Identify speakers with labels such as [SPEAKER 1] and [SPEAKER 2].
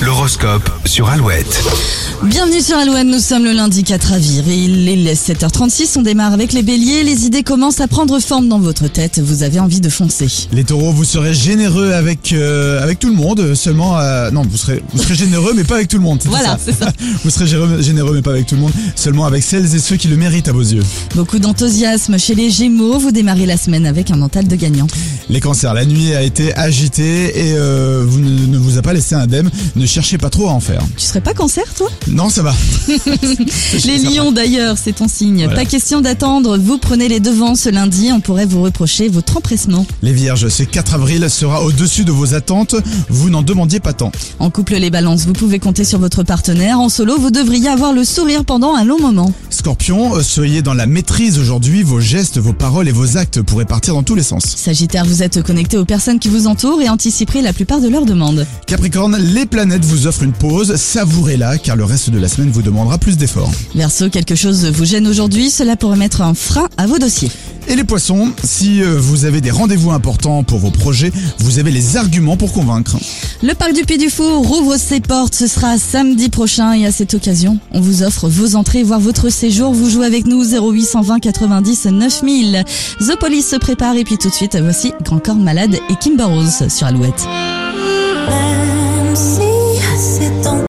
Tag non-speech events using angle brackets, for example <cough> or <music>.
[SPEAKER 1] L'horoscope sur Alouette.
[SPEAKER 2] Bienvenue sur Alouane, nous sommes le lundi 4 avril, il est 7h36, on démarre avec les béliers, les idées commencent à prendre forme dans votre tête, vous avez envie de foncer.
[SPEAKER 3] Les taureaux, vous serez généreux avec, euh, avec tout le monde, seulement... euh, non, vous serez, vous serez généreux, mais pas avec tout le monde. c'était
[SPEAKER 2] Voilà,
[SPEAKER 3] ça. <laughs>
[SPEAKER 2] c'est ça.
[SPEAKER 3] Vous serez généreux, généreux, mais pas avec tout le monde, seulement avec celles et ceux qui le méritent à vos yeux.
[SPEAKER 2] Beaucoup d'enthousiasme chez les gémeaux, vous démarrez la semaine avec un mental de gagnant.
[SPEAKER 3] Les cancers, la nuit a été agitée et euh, vous ne, ne vous a pas laissé indemne. Ne cherchez pas trop à en faire.
[SPEAKER 2] Tu serais pas cancer toi
[SPEAKER 3] Non,
[SPEAKER 2] <laughs>
[SPEAKER 3] ça va.
[SPEAKER 2] Les lions d'ailleurs, c'est ton signe. Pas question d'attendre, vous prenez les devants ce lundi, on pourrait vous reprocher votre empressement.
[SPEAKER 3] Les vierges, ce 4 avril sera au-dessus de vos attentes. Vous n'en demandiez pas tant.
[SPEAKER 2] En couple les balances, vous pouvez compter sur votre partenaire, en solo vous devriez avoir le sourire pendant un long moment.
[SPEAKER 3] Scorpion, euh, soyez dans la maîtrise aujourd'hui. Vos gestes, vos paroles et vos actes pourraient partir dans tous les sens.
[SPEAKER 2] Sagittaire, vous êtes connecté aux personnes qui vous entourent et anticiperez la plupart de leurs demandes.
[SPEAKER 3] Capricorne, les planètes vous offrent une pause, savourez-la car le reste de la semaine vous demandera plus d'efforts.
[SPEAKER 2] Verseau, quelque chose vous gêne aujourd'hui, cela pourrait mettre un frein à vos dossiers.
[SPEAKER 3] Et les poissons, si euh, vous avez des rendez-vous importants pour vos projets, vous avez les arguments pour convaincre.
[SPEAKER 2] Le parc du Puy du Four rouvre ses portes, ce sera samedi prochain et à cette occasion, on vous offre vos entrées, voire votre séjour. Vous jouez avec nous 0820 90 9000. The Police se prépare et puis tout de suite, voici Grand Corps Malade et Kimber Rose sur Alouette.
[SPEAKER 4] Bye.